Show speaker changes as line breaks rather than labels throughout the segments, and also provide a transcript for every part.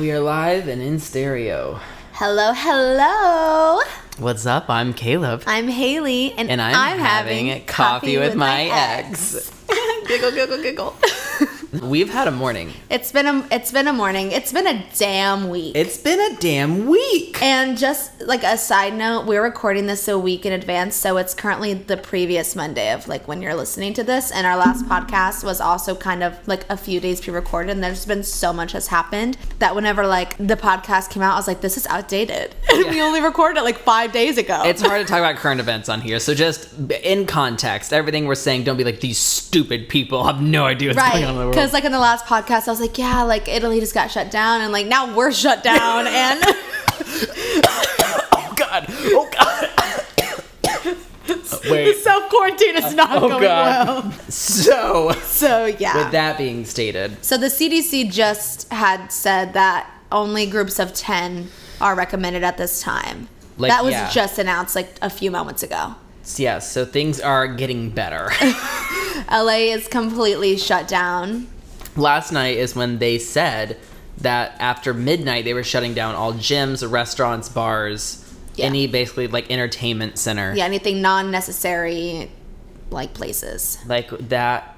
We are live and in stereo.
Hello, hello.
What's up? I'm Caleb.
I'm Haley, and,
And I'm having coffee with my ex.
giggle, giggle, giggle.
We've had a morning.
it's been a it's been a morning. It's been a damn week.
It's been a damn week.
and just like a side note, we're recording this a week in advance, so it's currently the previous Monday of like when you're listening to this. And our last podcast was also kind of like a few days pre-recorded. And there's been so much has happened that whenever like the podcast came out, I was like, this is outdated. And we only recorded it like five days ago.
Oh, It's hard to talk about current events on here, so just b- in context, everything we're saying, don't be like these stupid people have no idea what's going on in the
Right.
world.
Because, like, in the last podcast, I was like, yeah, like, Italy just got shut down, and, like, now we're shut down. And
oh god, oh god. Oh,
the
Wait.
self quarantine is not
Oh
going
god.
well.
So, with
So, yeah.
that being stated,
so, the CDC just had said that only groups of 10 are recommended at this time.
Like,
that was
yeah.
just announced, like, a few moments ago.
yes, so things are getting better.
LA is completely shut down.
last night is when they said that after midnight they were shutting down all gyms, restaurants, bars,
Yeah.
any basically like entertainment center.
Yeah, anything non necessary, like, places.
Like that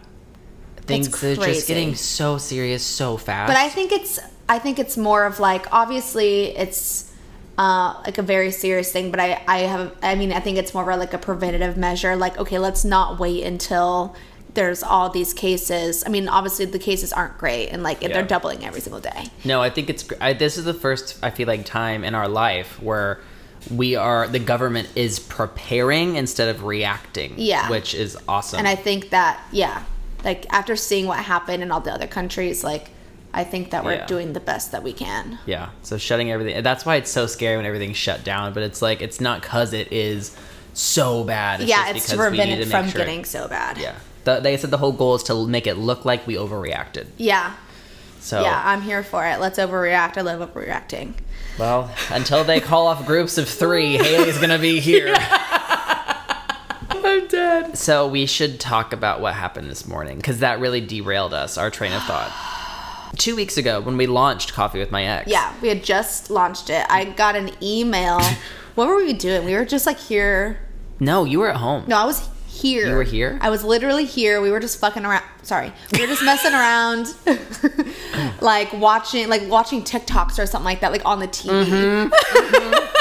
things
That's
are just
crazy.
getting so serious so fast.
But I think it's I think it's more of like obviously it's uh, like a very serious thing. But I I have I mean I think it's more of like a preventative measure. Like okay, let's not wait until there's all these cases. I mean obviously the cases aren't great and like
Yeah.
they're doubling every single day.
No, I think it's. gr- I, this is the first I feel like time in our life where we are the government is preparing instead of reacting.
Yeah.
which is awesome.
And I think that yeah, like after seeing what happened in all the other countries, like I think that we're
Yeah.
doing the best that we can.
yeah, so shutting everything. That's why it's so scary when everything's shut down. But it's like it's not because it is so bad. It's
yeah,
just
it's to
because we
prevent
need
it
to
from
make sure-
getting so bad.
Yeah, the, they said the whole goal is to make it look like we overreacted.
Yeah.
So
Yeah, I'm here for it. Let's overreact. I love overreacting.
well, until they call off groups of three, Haley's gonna be here.
I'm dead.
So we should talk about what happened this morning because that really derailed us, our train of thought. Two weeks ago, when we launched Coffee with My Ex,
Yeah, we had just launched it. I got an email. what were we doing? We were just like here.
no, you were at home.
No, I was here.
You were here?
I was literally here. We were just fucking around. Sorry, we were just messing around, like watching, like watching TikToks or something like that, like on the
Mm-hmm.
TV.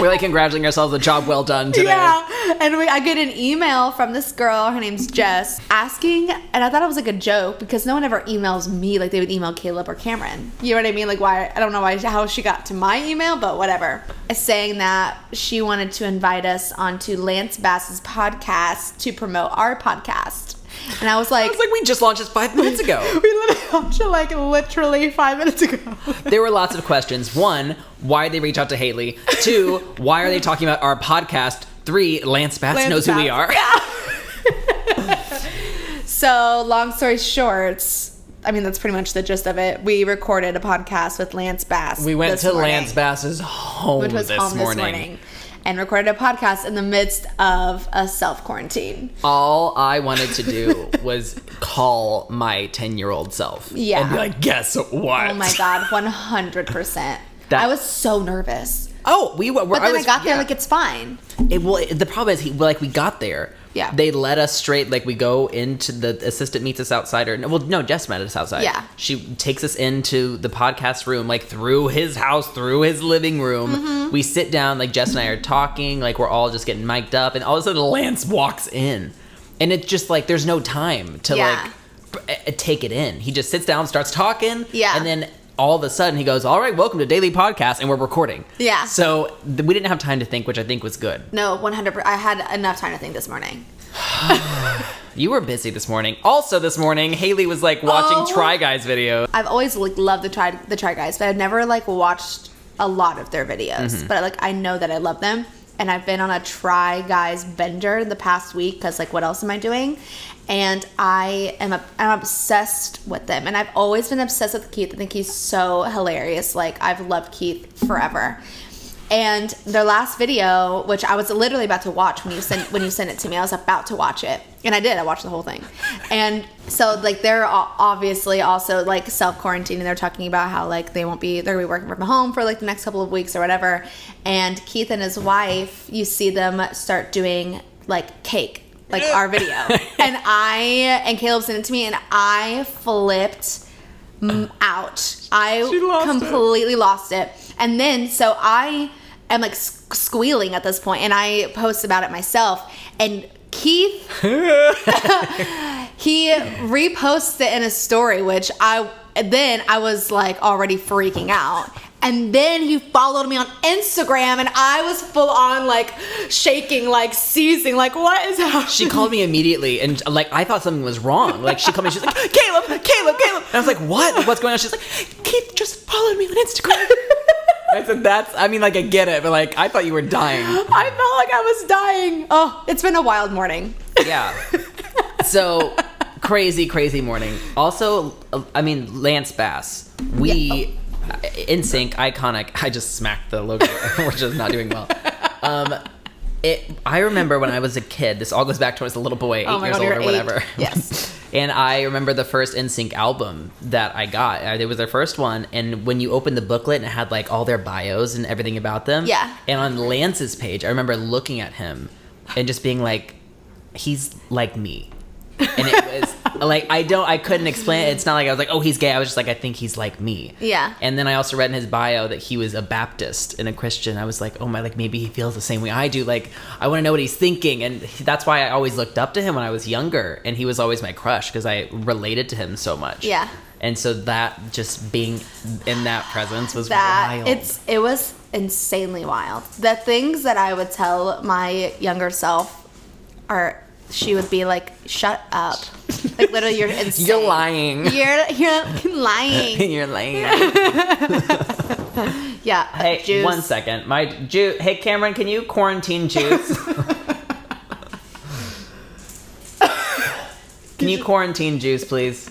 We're like congratulating ourselves, a job well done today.
Yeah, and we, I get an email from this girl. Her name's Jess, asking, and I thought it was like a joke because no one ever emails me like they would email Caleb or Cameron. You know what I mean? Like why? I don't know why how she got to my email, but whatever. Saying that she wanted to invite us onto Lance Bass's podcast to promote our podcast, and I was like.
It's like we just launched this five minutes ago.
we literally launched it, like literally five minutes ago.
there were lots of questions. One, why did they reach out to Haley? Two, why are they talking about our podcast? Three, Lance Bass
Lance
knows who we
Bass.
are.
So, long story short, I mean, that's pretty much the gist of it. We recorded a podcast with Lance Bass.
We went
this
to
morning,
Lance Bass's home,
which was
this,
home this
morning.
morning, and recorded a podcast in the midst of a self quarantine.
All I wanted to do was call my 10 year old self.
Yeah.
And be like, guess what?
Oh my god, one hundred percent.
That-
I was so nervous,
Oh, we were.
but
I,
then I,
was-
got there
yeah.
like it's fine.
It- well, it- the problem is, he, like, we got there.
Yeah.
They let us straight. Like, we go into the assistant meets us outside, or no, well, no, Jess met us outside.
Yeah.
She takes us into the podcast room, like through his house, through his living room.
Mm-hmm.
We sit down. Like Jess and I are talking. Like we're all just getting mic'd up, and all of a sudden Lance walks in, and it's just like there's no time to
Yeah.
like b- uh, take it in. He just sits down, starts talking.
Yeah.
And then. All of a sudden, he goes, "All right, welcome to Daily Podcast," and we're recording.
Yeah.
So th- we didn't have time to think, which I think was good.
No, one hundred. I had enough time to think this morning.
You were busy this morning. Also, this morning, Haley was like watching
Oh.
Try Guys video.
I've always like loved the try the try guys, but I've never like watched a lot of their videos. But like I know that I love them, and I've been on a try guys bender the past week because like what else am I doing? And I am a, I'm obsessed with them, and I've always been obsessed with Keith. I think he's so hilarious. Like I've loved Keith forever. And their last video, which I was literally about to watch when you sent when you sent it to me, I was about to watch it And I did. I watched the whole thing. And so, like, they're all obviously also like self quarantining. They're talking about how like they won't be they're gonna be working from home for like the next couple of weeks or whatever. And Keith and his wife, you see them start doing like cake, like our video. And I and Caleb sent it to me, and I flipped m- out. I
She lost it.
completely lost it. And then so I am like s- squealing at this point, and I post about it myself. And Keith he reposts it in a story, which I then I was like already freaking out. And then he followed me on Instagram, and I was full on like shaking, like seizing, like what is happening?
She called me immediately, and like I thought something was wrong. Like she called me, she's like, "Caleb, Caleb, Caleb," and I was like, "What? Like, what's going on?" She's like, "Keith just followed me on Instagram." I said, "That's." I mean, like I get it, but like I thought you were dying.
I felt like I was dying. Oh, it's been a wild morning.
Yeah. So crazy, crazy morning. Also, I mean, Lance Bass. We in sync, iconic. I just smacked the logo, which is not doing well. Um, it. I remember when I was a kid. This all goes back to when I was a little boy, eight
Oh my
years
God,
old
you're
or
eight.
whatever.
Yes.
And I remember the first NSYNC album that I got. Uh, It was their first one, and when you opened the booklet and it had like all their bios and everything about them.
Yeah.
And on Lance's page, I remember looking at him and just being like, "He's like me," and it was like I don't, I couldn't explain. It. It's not like I was like, "Oh, he's gay." I was just like, "I think he's like me."
Yeah.
And then I also read in his bio that he was a Baptist and a Christian. I was like, "Oh my, like maybe he feels the same way I do." Like I want to know what he's thinking, and that's why I always looked up to him when I was younger, and he was always my crush because I related to him so much.
Yeah.
And so that just being in that presence was
that
wild.
it's it was insanely wild. The things that I would tell my younger self are she would be like, "Shut up!" Like literally, you're insane.
You're lying.
You're you're lying.
You're lying.
Yeah.
Hey,
juice.
one second. My juice. Hey, Cameron, can you quarantine juice? can you quarantine juice, please?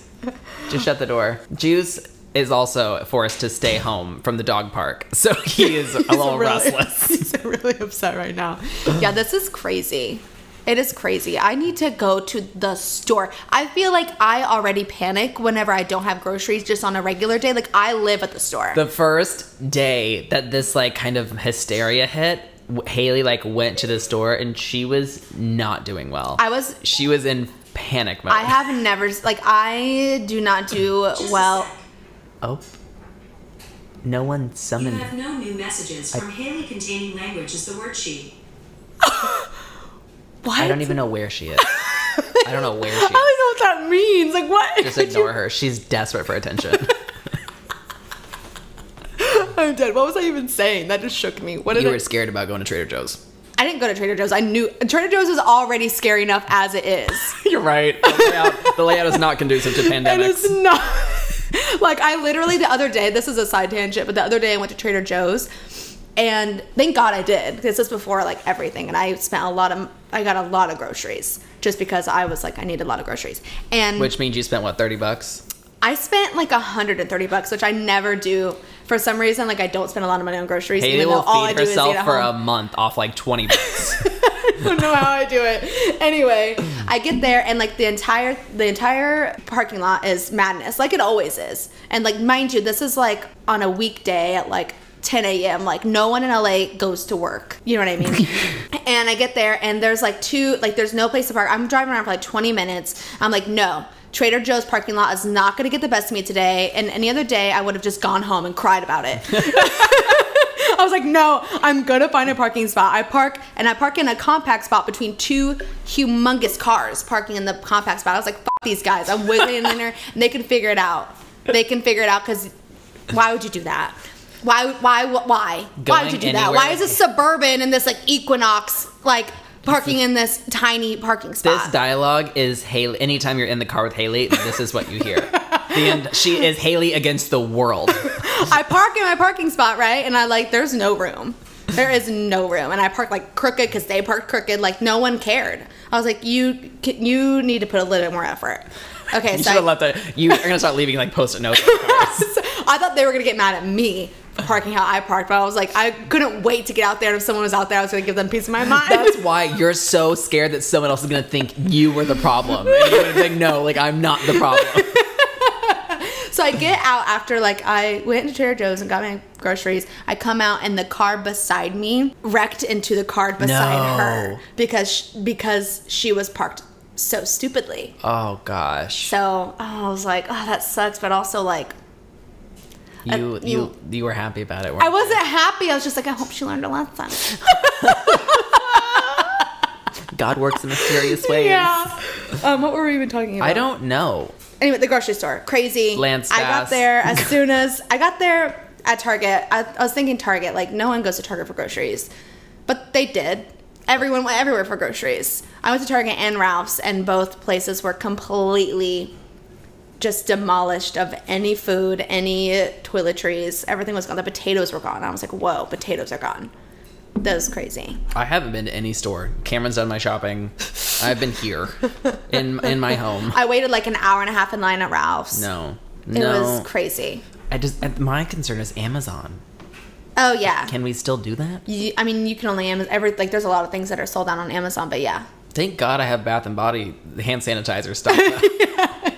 Just shut the door. Juice is also forced to stay home from the dog park, so he is a little restless.
He's really upset right now. yeah, this is crazy. It is crazy. I need to go to the store. I feel like I already panic whenever I don't have groceries just on a regular day. Like I live at the store.
The first day that this like kind of hysteria hit, w- Haley like went to the store and she was not doing well.
I was
she was in panic mode.
I have never like I do not do well.
oh. No one
You
summoned.
have no new messages from Haley containing language is the word she.
What?
I don't even know where she is. I don't know where she is.
I don't even know what that means. Like what?
Just ignore her. She's desperate for attention.
I'm dead. What was I even saying? That just shook me. What
you were scared about going to Trader Joe's.
I didn't go to Trader Joe's. I knew Trader Joe's is already scary enough as it is.
You're right. The layout, the layout is not conducive to
and it's
pandemics.
not. like I literally the other day. This is a side tangent, but the other day I went to Trader Joe's, and thank God I did. This is before like everything, and I spent a lot of. I got a lot of groceries just because I was like I need a lot of groceries, and
Which means you spent what, 30 bucks?
I spent like 130 bucks, which I never do. For some reason, like I don't spend a lot of money on groceries.
Haley will feed herself
at
for a
home.
month off like 20 bucks.
I don't know how I do it. Anyway, I get there and like the entire the entire parking lot is madness, like it always is. And like mind you, this is like on a weekday at like 10 a.m. Like no one in LA goes to work. You know what I mean? and I get there and there's like two like there's no place to park. I'm driving around for like 20 minutes. I'm like no. Trader Joe's parking lot is not going to get the best of me today. And any other day, I would have just gone home and cried about it. I was like, no, I'm gonna find a parking spot. I park and I park in a compact spot between two humongous cars parking in the compact spot. I was like, F these guys. I'm wiggling in there and they can figure it out. They can figure it out because why would you do that? Why why why? why would you do
Going
that?
anywhere.
Why is a suburban in this like equinox like parking in this tiny parking spot?
this dialogue is Haley. Anytime you're in the car with Haley, this is what you hear. The end, she is Haley against the world.
I park in my parking spot, right? And I like, there's no room. There is no room, and I park like crooked because they parked crooked. Like no one cared. I was like, you, you need to put a little bit more effort. Okay,
You
so
should have
I,
left that. You are going to start leaving like post it notes.
I thought they were gonna get mad at me parking how I parked, but I was like, I couldn't wait to get out there. And if someone was out there, I was going to give them peace of my mind.
That's why you're so scared that someone else is gonna think you were the problem. And you're gonna think, no, like I'm not the problem.
So I get out after like I went to Trader Joe's and got my groceries. I come out and the car beside me wrecked into the car beside
No.
her because sh- because she was parked so stupidly.
Oh gosh.
So I was like, oh, that sucks, but also like
You you
uh, you-
you were happy about it.
I wasn't happy. I was just like, I hope she learned a lesson.
God works in mysterious ways.
Um, what were we even talking about?
I don't know.
Anyway, the grocery store, crazy.
Lance
I got
Bass.
there as soon as I got there at Target. I, I was thinking Target, like no one goes to Target for groceries, but they did. Everyone went everywhere for groceries. I went to Target and Ralph's, and both places were completely just demolished of any food, any toiletries. Everything was gone. The potatoes were gone. I was like, whoa, potatoes are gone. That was crazy.
I haven't been to any store. Cameron's done my shopping. I've been here in in my home.
I waited like an hour and a half in line at Ralph's.
No.
It
No.
was crazy.
I just I- my concern is Amazon.
Oh yeah.
Can we still do that?
You, I mean, you can only Amazon. Every like, there's a lot of things that are sold out on Amazon, but yeah,
Thank God I have Bath and Body hand sanitizer stuff.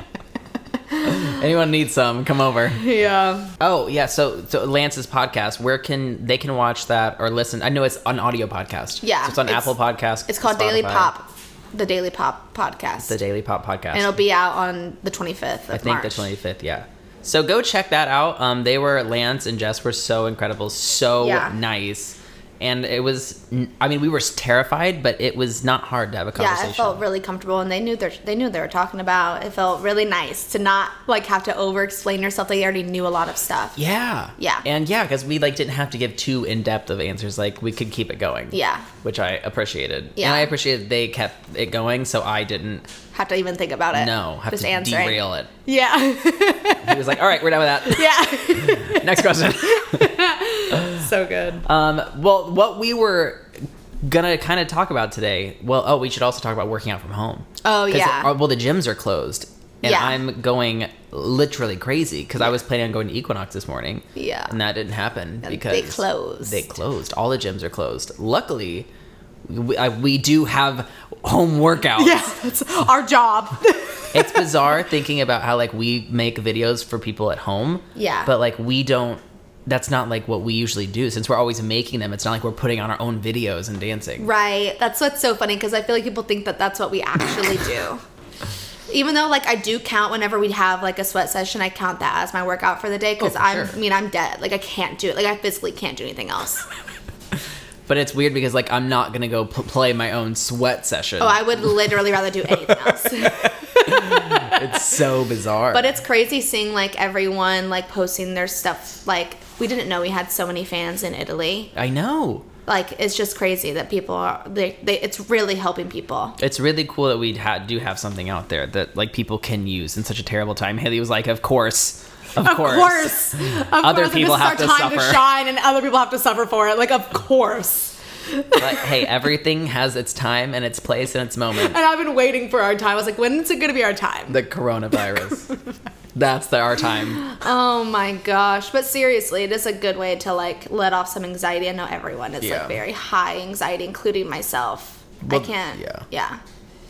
Anyone needs some? Come over.
yeah.
Oh yeah, so so Lance's podcast. Where can they can watch that or listen? I know it's an audio podcast.
Yeah,
so it's on
it's-
Apple Podcast.
It's called Daily
Spotify,
Pop, the Daily Pop podcast,
The Daily Pop podcast.
and it'll be out on the 25th. Of
I think
March.
the twenty fifth. Yeah. So go check that out. Um, they were Lance and Jess were so incredible, so
Yeah.
nice, and it was. I mean, we were terrified, but it was not hard to have a
Yeah,
conversation.
it felt really comfortable, and they knew their they knew they were talking about. It felt really nice to not like have to over explain yourself. They already knew a lot of stuff.
Yeah.
Yeah.
And yeah, because we like didn't have to give too in depth of answers. Like we could keep it going.
Yeah.
Which I appreciated.
Yeah.
And I appreciated they kept it going, so I didn't.
Have to even think about it.
No, have
just
to
answering.
derail it.
Yeah,
He was like, "All right, we're done with
yeah.
that. Next question."
so good.
um, well, what we were gonna kind of talk about today. Well, oh, we should also talk about working out from home.
Oh,
'Cause,
yeah.
uh, well, the gyms are closed, and
Yeah.
I'm going literally crazy because I was planning on going to Equinox this morning.
Yeah.
and that didn't happen
And
because
they closed.
They closed. All the gyms are closed. Luckily, we, I, we do have home workouts.
yeah, that's our job.
it's bizarre thinking about how like we make videos for people at home.
Yeah.
But like we don't. That's not like what we usually do. Since we're always making them, it's not like we're putting on our own videos and dancing.
Right. That's what's so funny because I feel like people think that that's what we actually do. Even though, like, I do count whenever we have like a sweat session, I count that as my workout for the day because
Oh, for
I'm,
sure.
I mean, I'm dead. Like, I can't do it. Like, I physically can't do anything else.
But it's weird because like I'm not gonna go p- play my own sweat session.
Oh, I would literally rather do anything else.
it's so bizarre.
but it's crazy seeing like everyone like posting their stuff. Like, we didn't know we had so many fans in Italy.
I know.
Like, it's just crazy that people are, they, they it's really helping people.
It's really cool that we ha- do have something out there that like people can use in such a terrible time. Haley was like, "Of course, of, course."
Of
Other
course,
people have to suffer.
shine, and other people have to suffer for it. Like, of course.
But hey, everything has its time and its place and its moment.
And I've been waiting for our time. I was like, when is it going to be our time?
The coronavirus. That's the, our time.
Oh my gosh. But seriously, it is a good way to like let off some anxiety. I know everyone is
Yeah.
like very high anxiety, including myself.
Well,
I can't.
yeah.
Yeah. Yeah.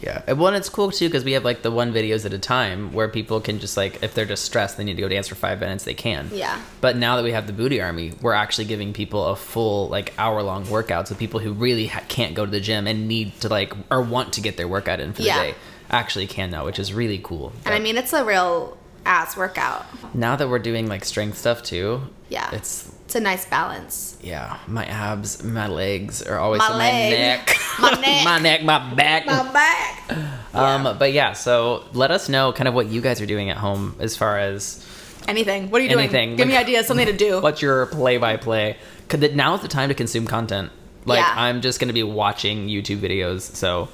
Yeah. And Well, and it's cool too because we have like the one videos at a time where people can just like if they're just stressed, they need to go dance for five minutes, they can.
Yeah.
But now that we have the booty army, we're actually giving people a full like hour long workout. So people who really ha- can't go to the gym and need to like or want to get their workout in for the
Yeah.
day actually can now, which is really cool.
And I mean, it's a real ass workout.
now that we're doing like strength stuff too.
Yeah.
It's
It's a nice balance.
yeah, my abs, my legs are always
My
my,
leg.
neck,
My neck.
my neck, my back,
My back.
Um, but yeah, so let us know kind of what you guys are doing at home as far as
Anything. What are you
Anything.
doing? Give me ideas, something to do.
what's your play by play. Because now is the time to consume content. Like
Yeah.
I'm just gonna be watching YouTube videos, so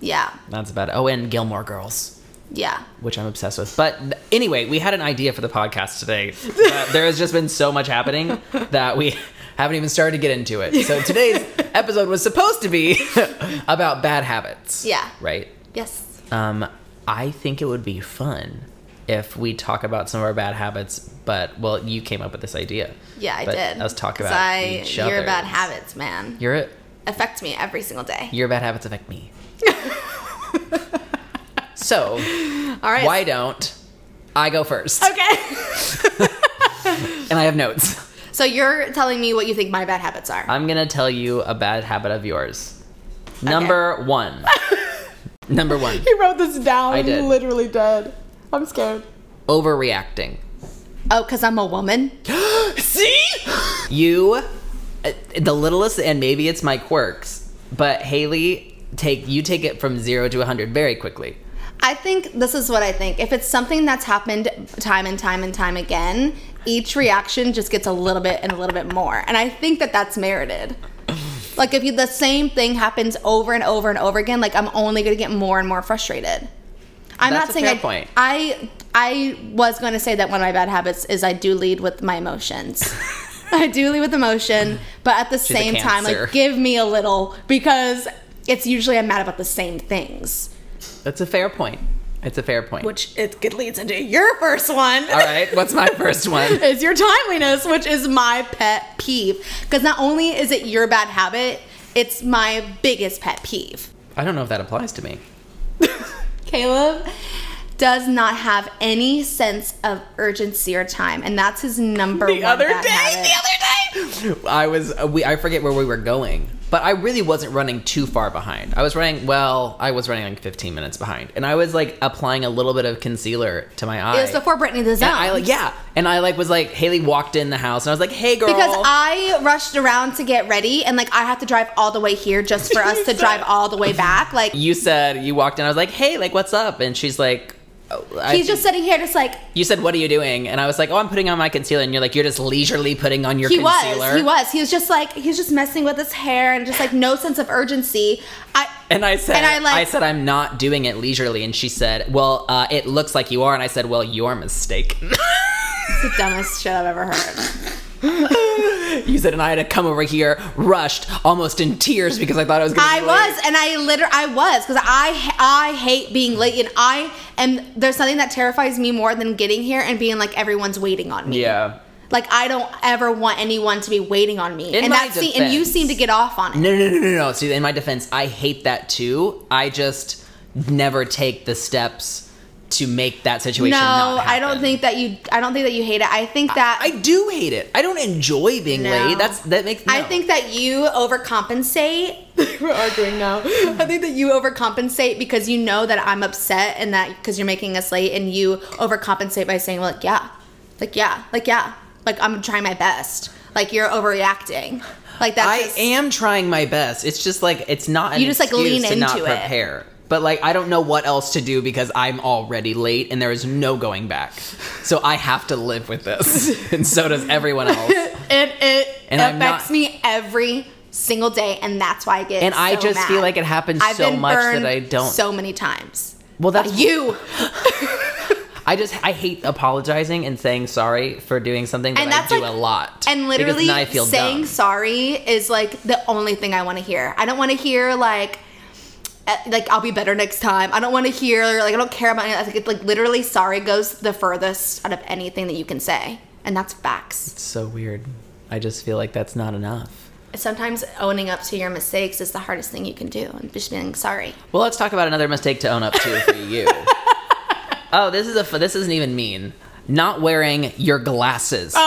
Yeah.
that's about it. Oh, and Gilmore Girls,
Yeah.
which I'm obsessed with. But th- anyway, we had an idea for the podcast today. Uh, there has just been so much happening that we haven't even started to get into it. So today's episode was supposed to be about bad habits.
Yeah.
Right.
Yes.
Um, I think it would be fun if we talk about some of our bad habits, but well, you came up with this idea.
Yeah, I
But
did.
Let's talk
'Cause
about
I,
each
your
other's.
bad habits, man.
Your
affect me every single day.
your bad habits affect me. so
All right.
why don't I go first?
Okay.
And I have notes.
so you're telling me what you think my bad habits are.
I'm gonna tell you a bad habit of yours. Number one. Number one.
he wrote this down.
I did.
literally did. I'm scared.
Overreacting.
Oh, because I'm a woman.
See? You, uh, the littlest, and maybe it's my quirks, but Haley, take you take it from zero to 100 very quickly.
I think this is what I think. If it's something that's happened time and time and time again, each reaction just gets a little bit and a little bit more. And I think that that's merited. Like if you, the same thing happens over and over and over again, like I'm only going to get more and more frustrated. I'm
That's
not
a
saying
fair
I,
point.
I I was going to say that one of my bad habits is I do lead with my emotions. I do lead with emotion, but at the
a
same time,
Cancer.
like give me a little because it's usually I'm mad about the same things
That's a fair point. It's a fair point.
which it could- leads into your first one.
All right, what's my first one?
Is your timeliness, which is my pet peeve. Because not only is it your bad habit, it's my biggest pet peeve.
I don't know if that applies to me.
Caleb does not have any sense of urgency or time, and that's his number one. bad habit.
the other day, I was uh, we I forget where we were going, but I really wasn't running too far behind. I was running well, I was running like 15 minutes behind, and I was like applying a little bit of concealer to my eye.
It was before Brittany the zone.
And I like yeah, and I like was like Haley walked in the house, and I was like, "Hey, girl,"
because I rushed around to get ready, and like I have to drive all the way here just for us to drive all the way back. Like
you said you walked in. I was like, "Hey, like what's up?" And she's like, oh, I-
he's just sitting here, just like
You said, "What are you doing?" And I was like, "Oh, I'm putting on my concealer." And you're like, "You're just leisurely putting on your
he
concealer."
was he was he was just like he was just messing with his hair and just like no sense of urgency i
And I said,
And I,
I,
like-
said, I'm not doing it leisurely. And she said, Well, uh, it looks like you are. And I said, Well, you're mistaken.
it's the dumbest shit i've ever heard
you said, and I had to come over here, rushed, almost in tears because I thought I was going to.
i was and i literally i was because i i hate being late and i am there's nothing that terrifies me more than getting here and being like everyone's waiting on me
Yeah.
like i don't ever want anyone to be waiting on me
In
and
my
that's the and you
defense-
seem to get off on it
No, no, no, no, no. See, in my defense, I hate that too. I just never take the steps to make that situation.
no
not
i don't
happen.
think that you i don't think that you hate it i think that
I do hate it. I don't enjoy being
No.
late. That's that makes.
I
no.
think that you overcompensate. We're arguing now. I think that you overcompensate because you know that I'm upset and that because you're making us late and you overcompensate by saying, like, yeah, like, yeah, like, yeah, like, I'm trying my best. Like, you're overreacting. Like, that's.
I
just-
am trying my best. It's just like it's not an
You just, like,
excuse
lean
to not
into it.
prepare. But like I don't know what else to do because I'm already late and there is no going back. So I have to live with this, and so does everyone else.
It, it
And I'm
affects
not-
me every single day and that's why I get
And I
so
just
mad.
feel like it happens
I've
so
been
much that
burned
I don't-
so many times.
Well,
By
that's-
you.
I just I hate apologizing and saying sorry for doing something that
and that's
I do
like
a lot.
And
Because
literally
then I feel
saying
dumb.
sorry is like the only thing I want to hear. I don't want to hear like uh, like I'll be better next time. I don't want to hear like I don't care about any of that. Like, like literally sorry goes the furthest out of anything that you can say. And that's facts.
It's so weird. I just feel like that's not enough.
Sometimes owning up to your mistakes is the hardest thing you can do and just being sorry.
Well, let's talk about another mistake to own up to for you. oh, this is a f- this isn't even mean. Not wearing your glasses.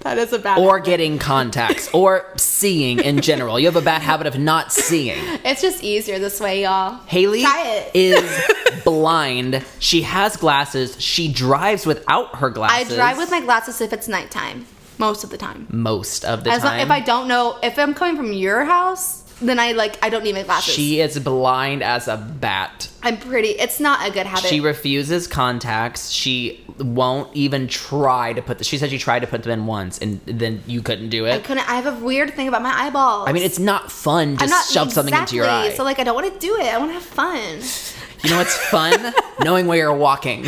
That is a bad
or getting contacts or seeing in general. You have a bad habit of not seeing.
It's just easier this way, y'all.
Haley
Try it.
is blind. She has glasses. She drives without her
I
glasses.
drive with my glasses if it's nighttime, most of the time.
most of the
As long,
time.
if I don't know if I'm coming from your house, then I like I don't need my glasses.
she is blind as a bat.
I'm pretty. It's not a good habit.
She refuses contacts. She won't even try to put. The, she said she tried to put them in once, and then you couldn't do
I
it.
couldn't. I have a weird thing about my eyeballs.
I mean, it's not fun. Just shove something into your eye.
So like, I don't want to do it. I want to have fun.
you know what's fun? Knowing where you're walking.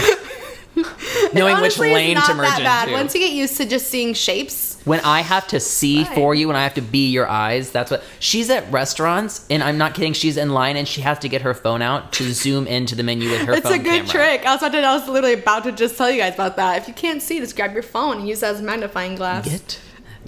knowing which
Honestly, it's
lane
not
to merge
that bad.
into.
Once you get used to just seeing shapes,
when I have to see
Right.
for you, when I have to be your eyes, that's what she's at restaurants, and I'm not kidding. She's in line, and she has to get her phone out to zoom into the menu with her.
it's a
phone
good
camera.
trick. I was, about to, I was literally about to just tell you guys about that. If you can't see, just grab your phone and use that as a magnifying glass.
Get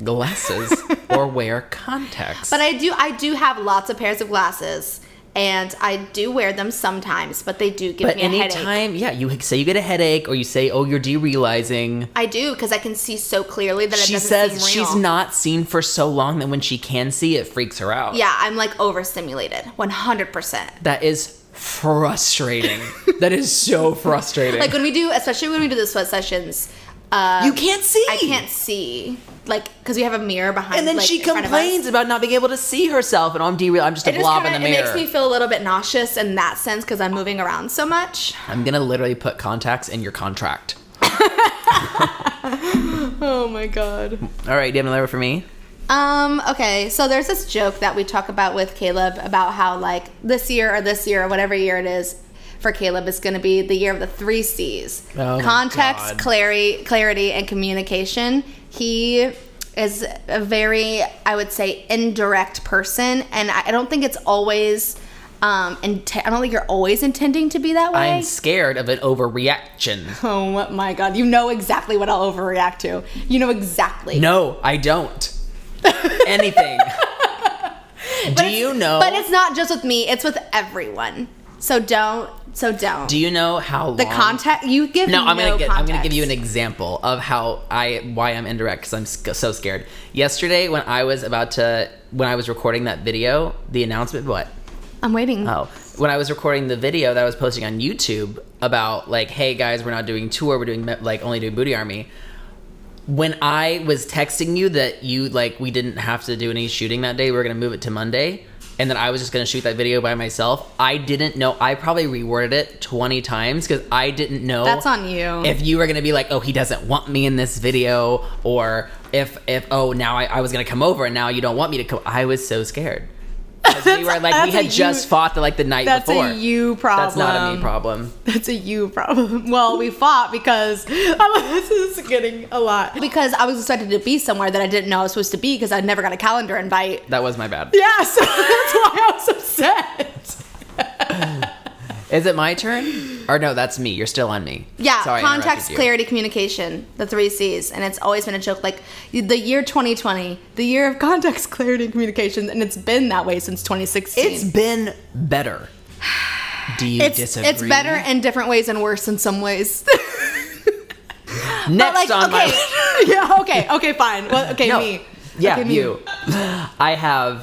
glasses or wear contacts.
But I do I do have lots of pairs of glasses and I do wear them sometimes, but they do give
But
me a headache.
anytime, yeah, you say you get a headache, or you say, "Oh, you're derealizing."
I do because I can see so clearly that it
She
doesn't seem
says
real.
she's not seen for so long that when she can see, it freaks her out.
Yeah, I'm like overstimulated, 100%.
that is frustrating. that is so frustrating.
Like when we do, especially when we do the sweat sessions,
you can't see.
I can't see, like, because we have a mirror behind.
And then
like,
she
in front of us.
complains about not being able to see herself, and oh, I'm dereal. I'm just a
It just
blob
kinda-
in the mirror.
It makes me feel a little bit nauseous in that sense because I'm moving around so much.
I'm gonna literally put contacts in your contract.
Oh my god.
All right, do you have another for me?
Um, okay, so there's this joke that we talk about with Caleb about how, like, this year or this year or whatever year it is for Caleb is going to be the year of the three C's
Oh my
context,
God.
clarity, clarity, and communication. He is a very, I would say, indirect person, and I I don't think it's always. Um, and I don't think you're always intending to be that way.
I'm scared of an overreaction.
oh my god, you know exactly what I'll overreact to. You know exactly.
No, I don't. Anything. do you know?
But it's not just with me; it's with everyone. So don't. So don't.
do you know how
the contact you give?
No, I'm gonna get. I'm gonna
context.
give you an example of how I why I'm indirect because I'm sc- so scared. Yesterday, when I was about to when I was recording that video, the announcement. What?
I'm waiting.
Oh, when I was recording the video that I was posting on YouTube about like, hey guys, we're not doing tour, we're doing me- like only doing Booty Army. When I was texting you that you like we didn't have to do any shooting that day, we were gonna move it to Monday, and that I was just gonna shoot that video by myself. I didn't know. I probably reworded it twenty times because I didn't know
That's on you.
if you were gonna be like, oh, he doesn't want me in this video, or if if oh now I, I was gonna come over and now you don't want me to come. I was so scared. 'Cause we were like we
that's a
had just
you-
fought the, like the night
that's
before.
a you problem.
That's not a me problem.
That's a you problem. Well, we fought because Oh, this is getting a lot. Because I was expected to be somewhere that I didn't know I was supposed to be because I never got a calendar invite.
That was my bad.
Yeah, so that's why I was upset.
Is it my turn? Or no, that's me. You're still on me.
Yeah,
Sorry, I interrupted
context,
you.
clarity, communication, the three C's. And it's always been a joke. Like the year 2020, the year of context, clarity, and communication. And it's been that way since 2016.
It's been better. Do you
it's,
disagree?
it's better in different ways and worse in some ways.
Next
like,
on
okay.
my
yeah, okay, okay, fine. Well, okay,
No.
me.
Yeah,
Okay, me.
you. I have.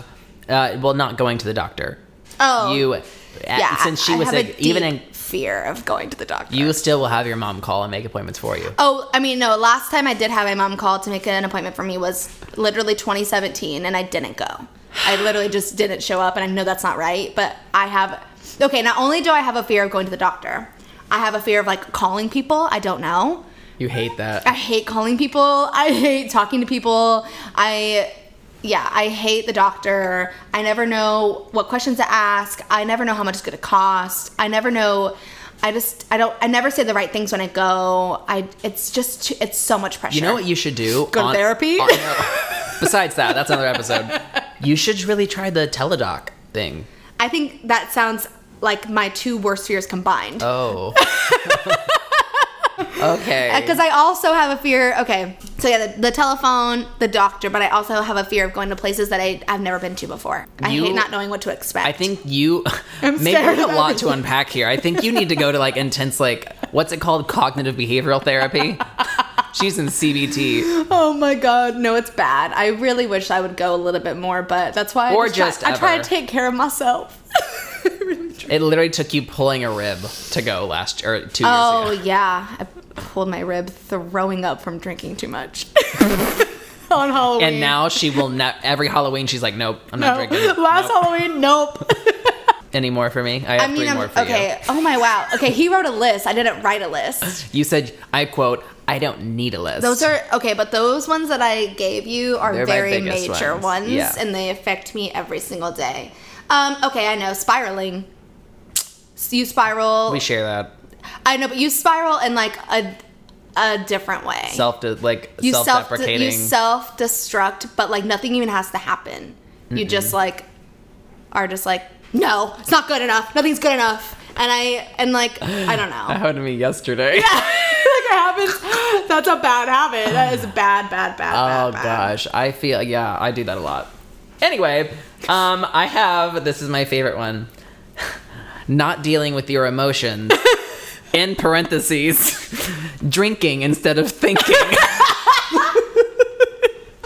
Uh, well, not going to the doctor.
Oh.
You. uh,
Yeah,
since she
I
was
have a
sick, even in
deep fear of going to the doctor.
You still will have your mom call and make appointments for you.
Oh, I mean, no. Last time I did have my mom call to make an appointment for me was literally 2017, and I didn't go. I literally just didn't show up, and I know that's not right, but I have. Okay, not only do I have a fear of going to the doctor, I have a fear of like calling people I don't know.
You hate
I
that.
hate calling people. I hate talking to people. I yeah, I hate the doctor. I never know what questions to ask. I never know how much it's going to cost. I never know I just I don't I never say the right things when I go. I it's just too, it's so much pressure.
You know what you should do?
Go to therapy?
no. Besides that, that's another episode. You should really try the teledoc thing.
I think that sounds like my two worst fears combined.
Oh. okay.
because Uh, I also have a fear. Okay, so yeah, the, the telephone, the doctor, but I also have a fear of going to places that I, I've never been to before. I
You-
hate not knowing what to expect.
I think you
I'm
maybe
scared
there's a
of
lot to
everything.
unpack here. I think you need to go to like intense like what's it called cognitive behavioral therapy. She's in CBT
Oh my god, no, it's bad. I really wish I would go a little bit more, but that's why
Or
I try-
just
I try
ever.
to take care of myself.
It literally took you pulling a rib to go last or 2 years
Oh
ago.
yeah, I pulled my rib throwing up from drinking too much on Halloween.
And now she will not every Halloween she's like nope, I'm not
No.
drinking.
last
Nope.
Halloween, nope.
Any more for me? I have
I mean,
3
I'm,
more for you.
okay. Oh my wow. Okay, he wrote a list. I didn't write a list.
You said, I quote, I don't need a list.
Those are okay, but those ones that I gave you are
They're my
very
biggest
major
ones.
ones,
Yeah.
and they affect me every single day. Um, okay, I know spiraling. You spiral.
We share that.
I know, but you spiral in like a a different way.
Self, like
you self
self-deprecating.
you self destruct, but like nothing even has to happen. You just like are just like no, it's not good enough. Nothing's good enough. And I and like I don't
that
know.
happened to me yesterday.
like it happens. That's a bad habit. That is bad, bad, bad,
Oh
bad, bad.
gosh, I feel yeah, I do that a lot. Anyway, um, I have this is my favorite one. Not dealing with your emotions. in parentheses, drinking instead of thinking.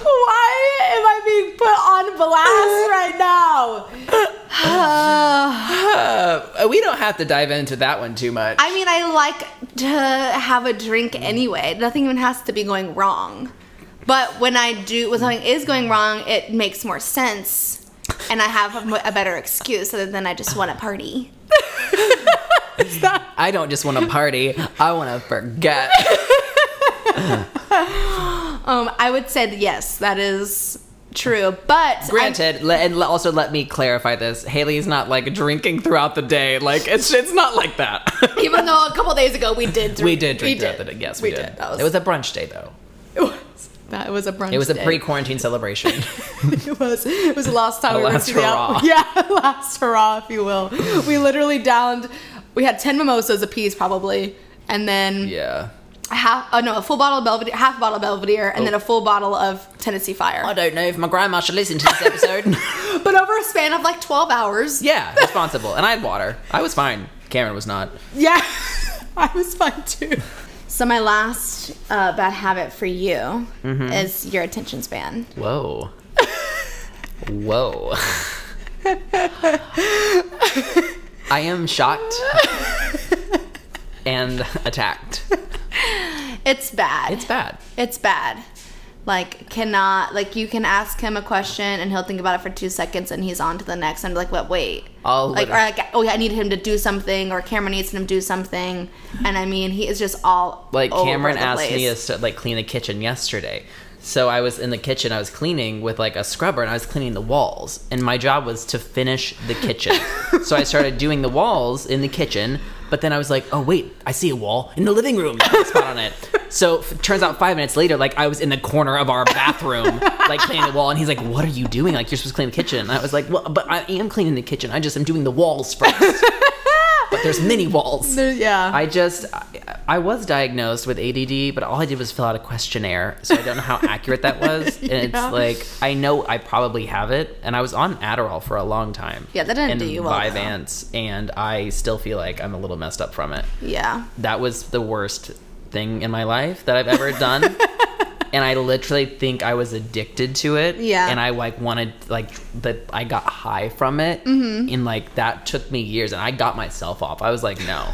Why am I being put on blast right now?
Uh, we don't have to dive into that one too much.
I mean, I like to have a drink
Mm.
anyway. Nothing even has to be going wrong. But when I do, when something is going wrong, it makes more sense, and I have a, mo- a better excuse other than I just want to party.
I don't just want to party. I want to forget.
Um, I would say that yes, that is true. But I,
Granted, le- and le- also let me clarify this. Haley's not like drinking throughout the day. Like it's it's not like that.
even though a couple days ago we did, drink,
we did drink throughout the day. Yes, we, did.
That was,
it was a brunch day though.
that was a brunch.
It was a
day.
pre-quarantine celebration.
It was. It was the last time
The
we were
last
to the
hurrah.
out- Yeah, last hurrah, if you will. We literally downed. We had ten mimosas apiece, probably, and then
yeah.
a half. Oh no, a full bottle of Belvedere, half bottle of Belvedere, and then
Oh.
a full bottle of Tennessee
I
Fire.
don't know if my grandma should listen to this episode.
But over a span of like twelve hours.
yeah, responsible. And I had water. I was fine. Cameron was not.
Yeah, I was fine too. So my last uh, bad habit for you
Mm-hmm.
is your attention span.
Whoa. Whoa. I am shocked and attacked.
It's bad.
It's bad.
It's bad. Like cannot like you can ask him a question and he'll think about it for two seconds and he's on to the next and like what wait
Oh,
like or like oh yeah I need him to do something or Cameron needs him to do something and I mean he is just all
Like
over
Cameron
the
asked me to
place.
st- like clean the kitchen yesterday. So I was in the kitchen. I was cleaning with like a scrubber, and I was cleaning the walls. And my job was to finish the kitchen. so I started doing the walls in the kitchen. But then I was like, oh wait, I see a wall in the living room. That has a spot on it. So f- turns out five minutes later, like I was in the corner of our bathroom, like cleaning the wall. And he's like, what are you doing? Like you're supposed to clean the kitchen. And I was like, well, but I am cleaning the kitchen. I just am doing the walls first. but there's many walls.
There- yeah
I just I, I was diagnosed with ADD, but all I did was fill out a questionnaire, so I don't know how accurate that was. And
Yeah.
it's like I know I probably have it, and I was on Adderall for a long time.
Yeah, that didn't
and
do you well, though.
Vyvanse, and I still feel like I'm a little messed up from it.
yeah
That was the worst thing in my life that I've ever done. And I literally think I was addicted to it.
Yeah.
And I like wanted like that I got high from it.
Mm-hmm.
And like that took me years. And I got myself off. I was like, no,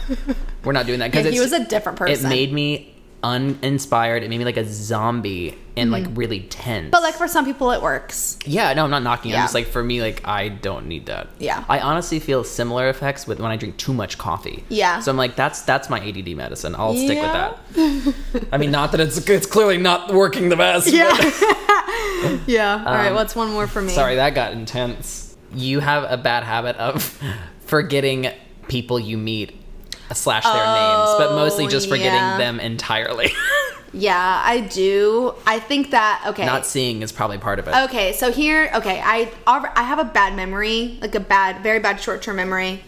we're not doing that
yeah
because
he was a different
it
person
made me uninspired. It made me like a zombie and like really tense.
Mm-hmm. but like for some people it works
yeah, no, I'm not knocking. it. I'm
Yeah.
just like for me, like I don't need that.
Yeah.
I honestly feel similar effects with when I drink too much coffee.
Yeah.
so I'm like that's that's my ADD medicine. I'll stick
Yeah.
with that. I mean, not that it's it's clearly not working the best. but-
yeah all right
Um,
what's one more for me
Sorry, that got intense. You have a bad habit of forgetting people you meet slash their names, but mostly
Oh,
just forgetting
yeah.
them entirely.
yeah I do I think that okay
not seeing is probably part of it.
Okay, so here, okay, I alre- I have a bad memory, like a bad, very bad short-term memory,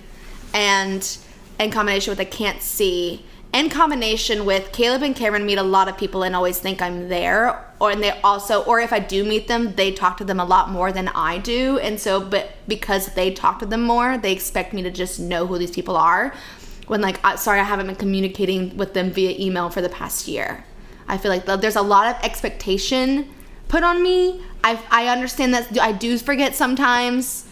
and in combination with I can't see, in combination with Caleb and Cameron meet a lot of people and always think I'm there, or and they also, or if I do meet them, they talk to them a lot more than I do, and so, but because they talk to them more, they expect me to just know who these people are. When like, I, sorry, I haven't been communicating with them via email for the past year. I feel like th- there's a lot of expectation put on me. I, I understand that I do forget sometimes.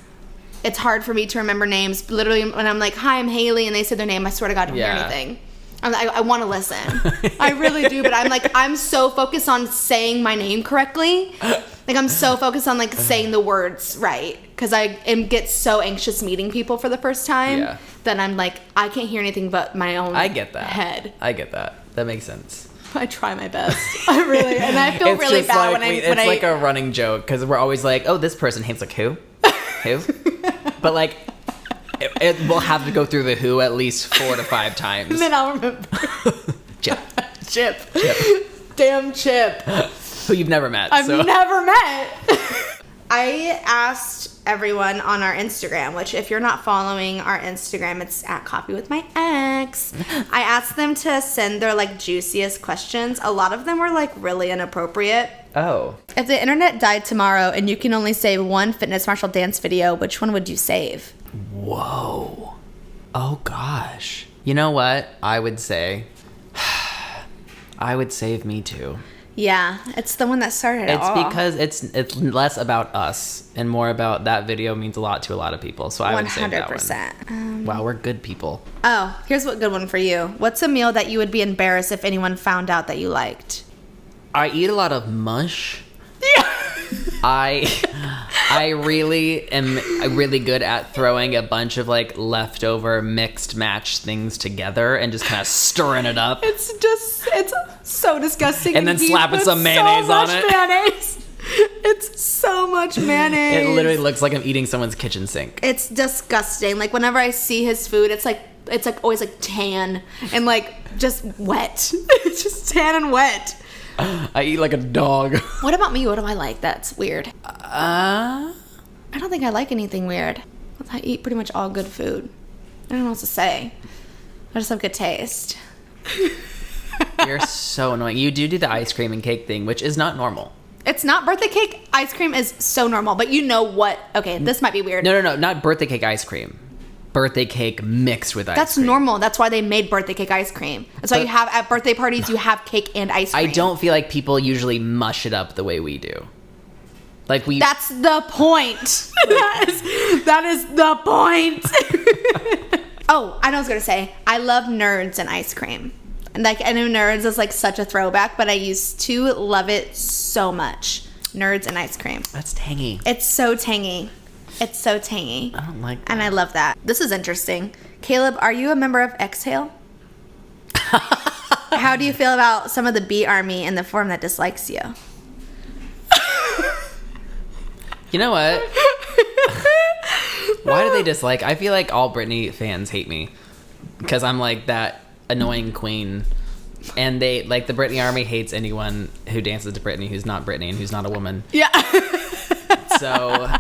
It's hard for me to remember names. Literally, when I'm like, "Hi, I'm Haley," and they say their name, I swear to God, I don't
Yeah.
hear anything. I'm like, I, I want to listen. I really do, but I'm like, I'm so focused on saying my name correctly. Like, I'm so focused on like saying the words right because I am get so anxious meeting people for the first time
Yeah.
that I'm like, I can't hear anything but my own.
I get that.
Head.
I get that. That makes sense.
I try my best. I really, and I feel really
just
bad
like
when
we-
I when
it's
I
like a running joke because we're always like, "Oh, this person hates like who, who," but like It, it will have to go through the Who at least four to five times.
then I'll remember.
Chip,
Chip. Damn Chip.
who you've never met.
I've
so.
never met. I asked everyone on our Instagram, which if you're not following our Instagram, it's at coffee with my ex. I asked them to send their like juiciest questions. A lot of them were like really inappropriate.
oh,
If the internet died tomorrow and you can only save one fitness martial dance video, which one would you save?
whoa, oh gosh. You know what? I would say, I would save me too.
Yeah, it's the one that started it
It's
all.
because it's it's less about us and more about that video means a lot to a lot of people. So I would save that one.
100%. Um,
Wow, we're good people.
oh, here's what good one for you. What's a meal that you would be embarrassed if anyone found out that you liked?
I eat a lot of mush. I I really am really good at throwing a bunch of like leftover mixed match things together and just kind of stirring it up.
It's just it's so disgusting.
And then
he
slapping
puts
some mayonnaise
so
on
much
it.
Mayonnaise. It's so much mayonnaise.
It literally looks like I'm eating someone's kitchen sink.
It's disgusting. Like whenever I see his food, it's like it's like always like tan and like just wet. it's just tan and wet.
I eat like a dog.
What about me? What do I like? That's weird.
Uh,
I don't think I like anything weird. I eat pretty much all good food. I don't know what to say. I just have good taste.
you're so annoying. You do do the ice cream and cake thing, which is not normal.
It's not birthday cake. Ice cream is so normal, but you know what? Okay, this might be weird.
Mm. No, no, no, not birthday cake ice cream. Birthday cake mixed with ice
That's
cream.
normal. That's why they made birthday cake ice cream. That's why
But-
you have at birthday parties you have cake and ice
I
cream.
don't feel like people usually mush it up the way we do. Like we
That's the point. that is that is the point. oh, I know what I was gonna say. I love nerds and ice cream. And like I know nerds is like such a throwback, but I used to love it so much. Nerds and ice cream.
That's tangy.
It's so tangy. It's so tangy.
I don't like that.
And I love that. This is interesting. Caleb, are you a member of Exhale? How do you feel about some of the bee army in the form that dislikes you?
You know what? Why do they dislike? I feel like all Britney fans hate me because I'm like that annoying queen. And they like the Britney army hates anyone who dances to Britney who's not Britney and who's not a woman.
Yeah.
So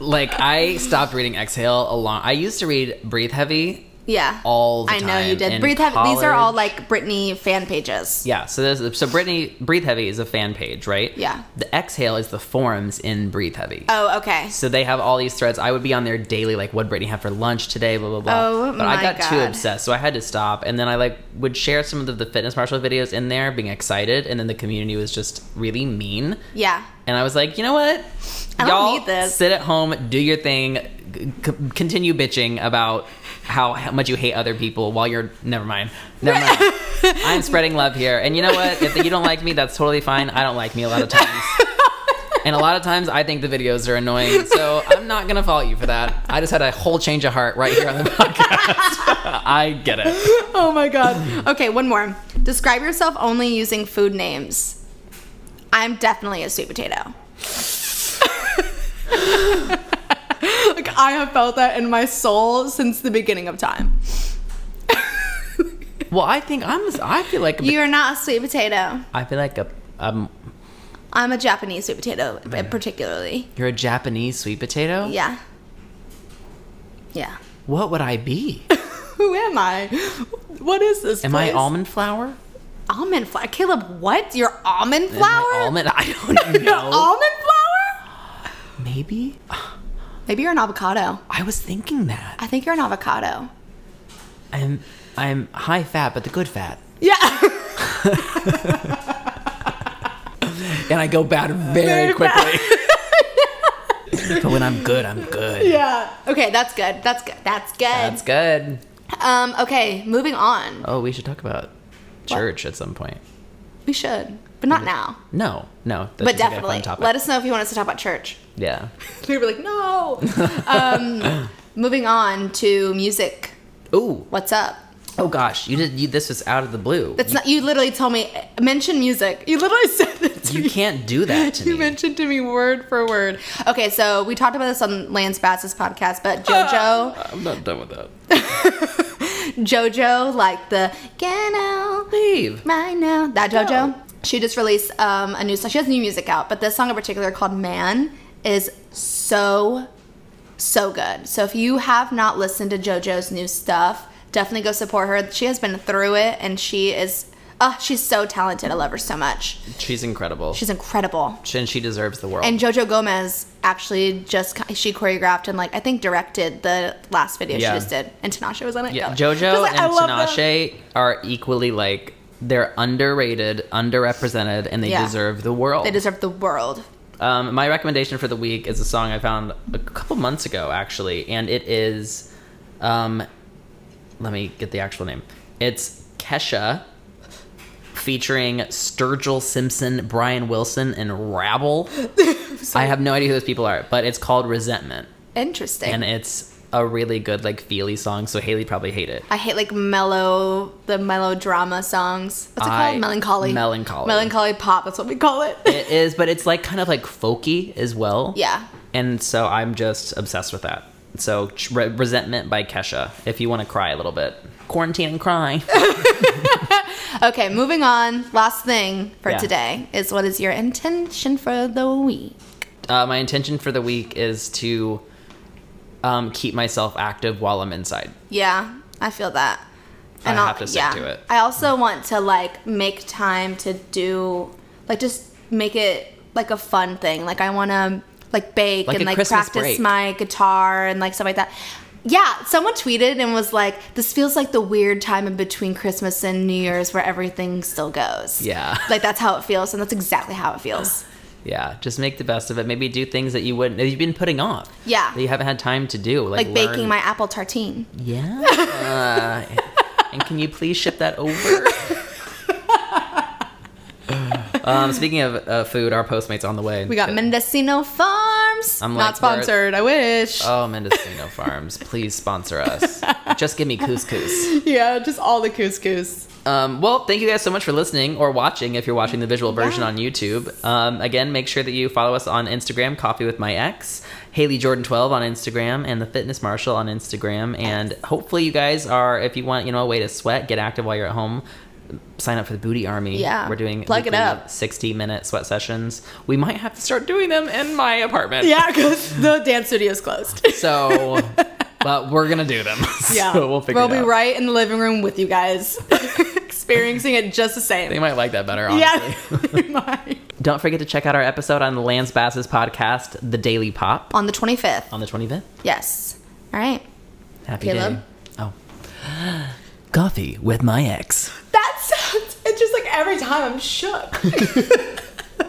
like I stopped reading Exhale a long I used to read Breathe Heavy
yeah.
all the
I know you
time in
did. Breathe Heavy. These are all
college.
like Britney fan pages.
Yeah, so there's so Britney Breathe Heavy is a fan page, right?
Yeah.
The Exhale is the forums in Breathe Heavy.
Oh, okay.
So they have all these threads. I would be on there daily, like what Brittany had for lunch today, blah blah blah.
Oh
but
my
I got too
God.
obsessed, so I had to stop. And then I like would share some of the, the fitness martial videos in there, being excited, and then the community was just really mean.
Yeah.
And I was like, you know what?
I don't
Y'all
need this."
sit at home, do your thing, c- c- continue bitching about how, how much you hate other people while you're. Never mind. Never mind. I'm spreading love here. And you know what? If you don't like me, that's totally fine. I don't like me a lot of times. And a lot of times I think the videos are annoying, so I'm not gonna fault you for that. I just had a whole change of heart right here on the podcast. I get it.
Oh my god. okay, one more. Describe yourself only using food names. I'm definitely a sweet potato. like I have felt that in my soul since the beginning of time.
Well, I think I'm. I feel like a,
You're not a sweet potato.
I feel like a. Um,
I'm a Japanese sweet potato, uh, particularly.
you're a Japanese sweet potato.
Yeah. Yeah.
What would I be?
Who am I? What is this?
Am I
place?
almond flour?
almond flour? Caleb, what? You're almond
Am I
flour?
almond? I don't
You're
know.
almond flour?
Maybe
Maybe you're an avocado.
I was thinking that
I think you're an avocado.
I'm I'm high fat, but the good fat,
Yeah.
and I go bad very,
Very
quickly. but when I'm good, I'm good.
yeah. Okay, that's good. That's good. That's good.
That's good.
Um, okay, moving on.
Oh, we should talk about church at some point.
We should, but not now.
No, no, that's just, like,
But
a fun
definitely.
topic.
Let us know if you want us to talk about church.
yeah.
They were like, no. um, moving on to music.
Ooh,
What's up?
Oh gosh, you did. You, this was out of the blue.
That's
you,
not. You literally told me mention music. You literally said that to
you
me.
can't do that to
You
me.
mentioned to me word for word. Okay, so we talked about this on Lance Bass's podcast, but JoJo,
I'm not done with that.
JoJo, like the Gano,
Leave.
right now, that
Oh.
JoJo, she just released um, a new song. She has new music out, but this song in particular called "Man" is so, so good. So if you have not listened to JoJo's new stuff, definitely go support her. She has been through it, and she is, oh, she's so talented. I love her so much.
She's incredible.
She's incredible.
and she deserves the world.
And Jojo Gomez actually just she choreographed and like I think directed the last video
Yeah.
she just did, and Tinashe was on it.
yeah,
God.
JoJo
Just, like, I
and
love them.
Tinashe are equally like they're underrated, underrepresented, and they
Yeah.
deserve the world.
They deserve the world.
Um, my recommendation for the week is a song I found a couple months ago, actually, and it is, um, let me get the actual name. It's Kesha, featuring Sturgill Simpson, Brian Wilson, and Rabble. I have no idea who those people are, but it's called Resentment,
Interesting.
and it's a really good like feely song. So Haley probably hate it.
I hate like mellow the melodrama songs. What's it
I-
called? Melancholy.
melancholy.
Melancholy pop. That's what we call it.
it is, but it's like kind of like folky as well.
yeah.
And so I'm just obsessed with that. So ch- Re- Resentment by Kesha, if you want to cry a little bit. Quarantine and cry.
Okay. Moving on. Last thing for
Yeah.
today is what is your intention for the week?
uh, my intention for the week is to um, keep myself active while I'm inside.
Yeah, I feel that.
I have to stick to it.
I also want to like make time to do like just make it like a fun thing. Like I want to like bake
Like
and
a
like
Christmas
practice
break.
my guitar and like stuff like that. Yeah, someone tweeted and was like, "This feels like the weird time in between Christmas and New Year's where everything still goes."
Yeah.
like that's how it feels, and that's exactly how it feels.
Yeah, just make the best of it. Maybe do things that you wouldn't that you've been putting off.
Yeah.
that you haven't had time to do, like,
Like
learn-
baking my apple tartine.
Yeah. and can you please ship that over? um, speaking of uh, food, our Postmates on the way.
We got Mendocino Farms.
I'm
not
like, we're-
sponsored. I wish.
Oh, Mendocino Farms, please sponsor us. Just give me couscous.
yeah, just all the couscous.
Um, well, thank you guys so much for listening or watching if you're watching the visual version
Yeah.
on YouTube. Um, again, make sure that you follow us on Instagram, Coffee with My Ex, Haley Jordan 12 on Instagram, and The Fitness Marshal on Instagram. And hopefully, you guys are, if you want, you know, a way to sweat, get active while you're at home. Sign up for the Booty Army.
Yeah.
we're doing
Plug it
weekly
up.
60 minute sweat sessions. We might have to start doing them in my apartment.
Yeah, because the dance studio's closed.
So, but we're gonna do them.
Yeah,
so we'll figure it
be
out.
right in the living room with you guys, experiencing it just the
They
same.
might like that better, honestly.
Yeah, they might.
Don't forget to check out our episode on Lance Bass's podcast, The Daily Pop,
on the twenty fifth.
on the 25th.
Yes. All right.
Happy
Caleb?
day. Oh. Coffee with my ex.
That sounds. It's just like every time I'm shook.